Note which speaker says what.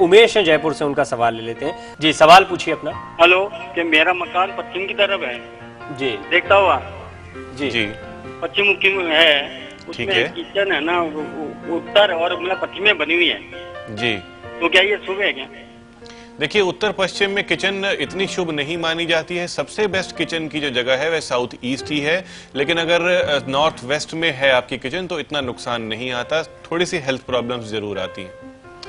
Speaker 1: उमेश हैं जयपुर से उनका सवाल ले लेते हैं जी सवाल पूछिए अपना
Speaker 2: हेलो ये मेरा मकान पश्चिम की तरफ है
Speaker 1: जी
Speaker 2: देखता हुआ
Speaker 1: जी
Speaker 3: जी
Speaker 2: पश्चिम मुखी में है
Speaker 3: ठीक
Speaker 2: उसमें
Speaker 3: है।
Speaker 2: किचन है ना वो- वो उत्तर और मतलब पश्चिम में बनी हुई है
Speaker 3: जी
Speaker 2: तो क्या ये शुभ है क्या
Speaker 3: देखिए उत्तर पश्चिम में किचन इतनी शुभ नहीं मानी जाती है सबसे बेस्ट किचन की जो जगह है वह साउथ ईस्ट ही है लेकिन अगर अ, नॉर्थ वेस्ट में है आपकी किचन तो इतना नुकसान नहीं आता थोड़ी सी हेल्थ प्रॉब्लम्स जरूर आती हैं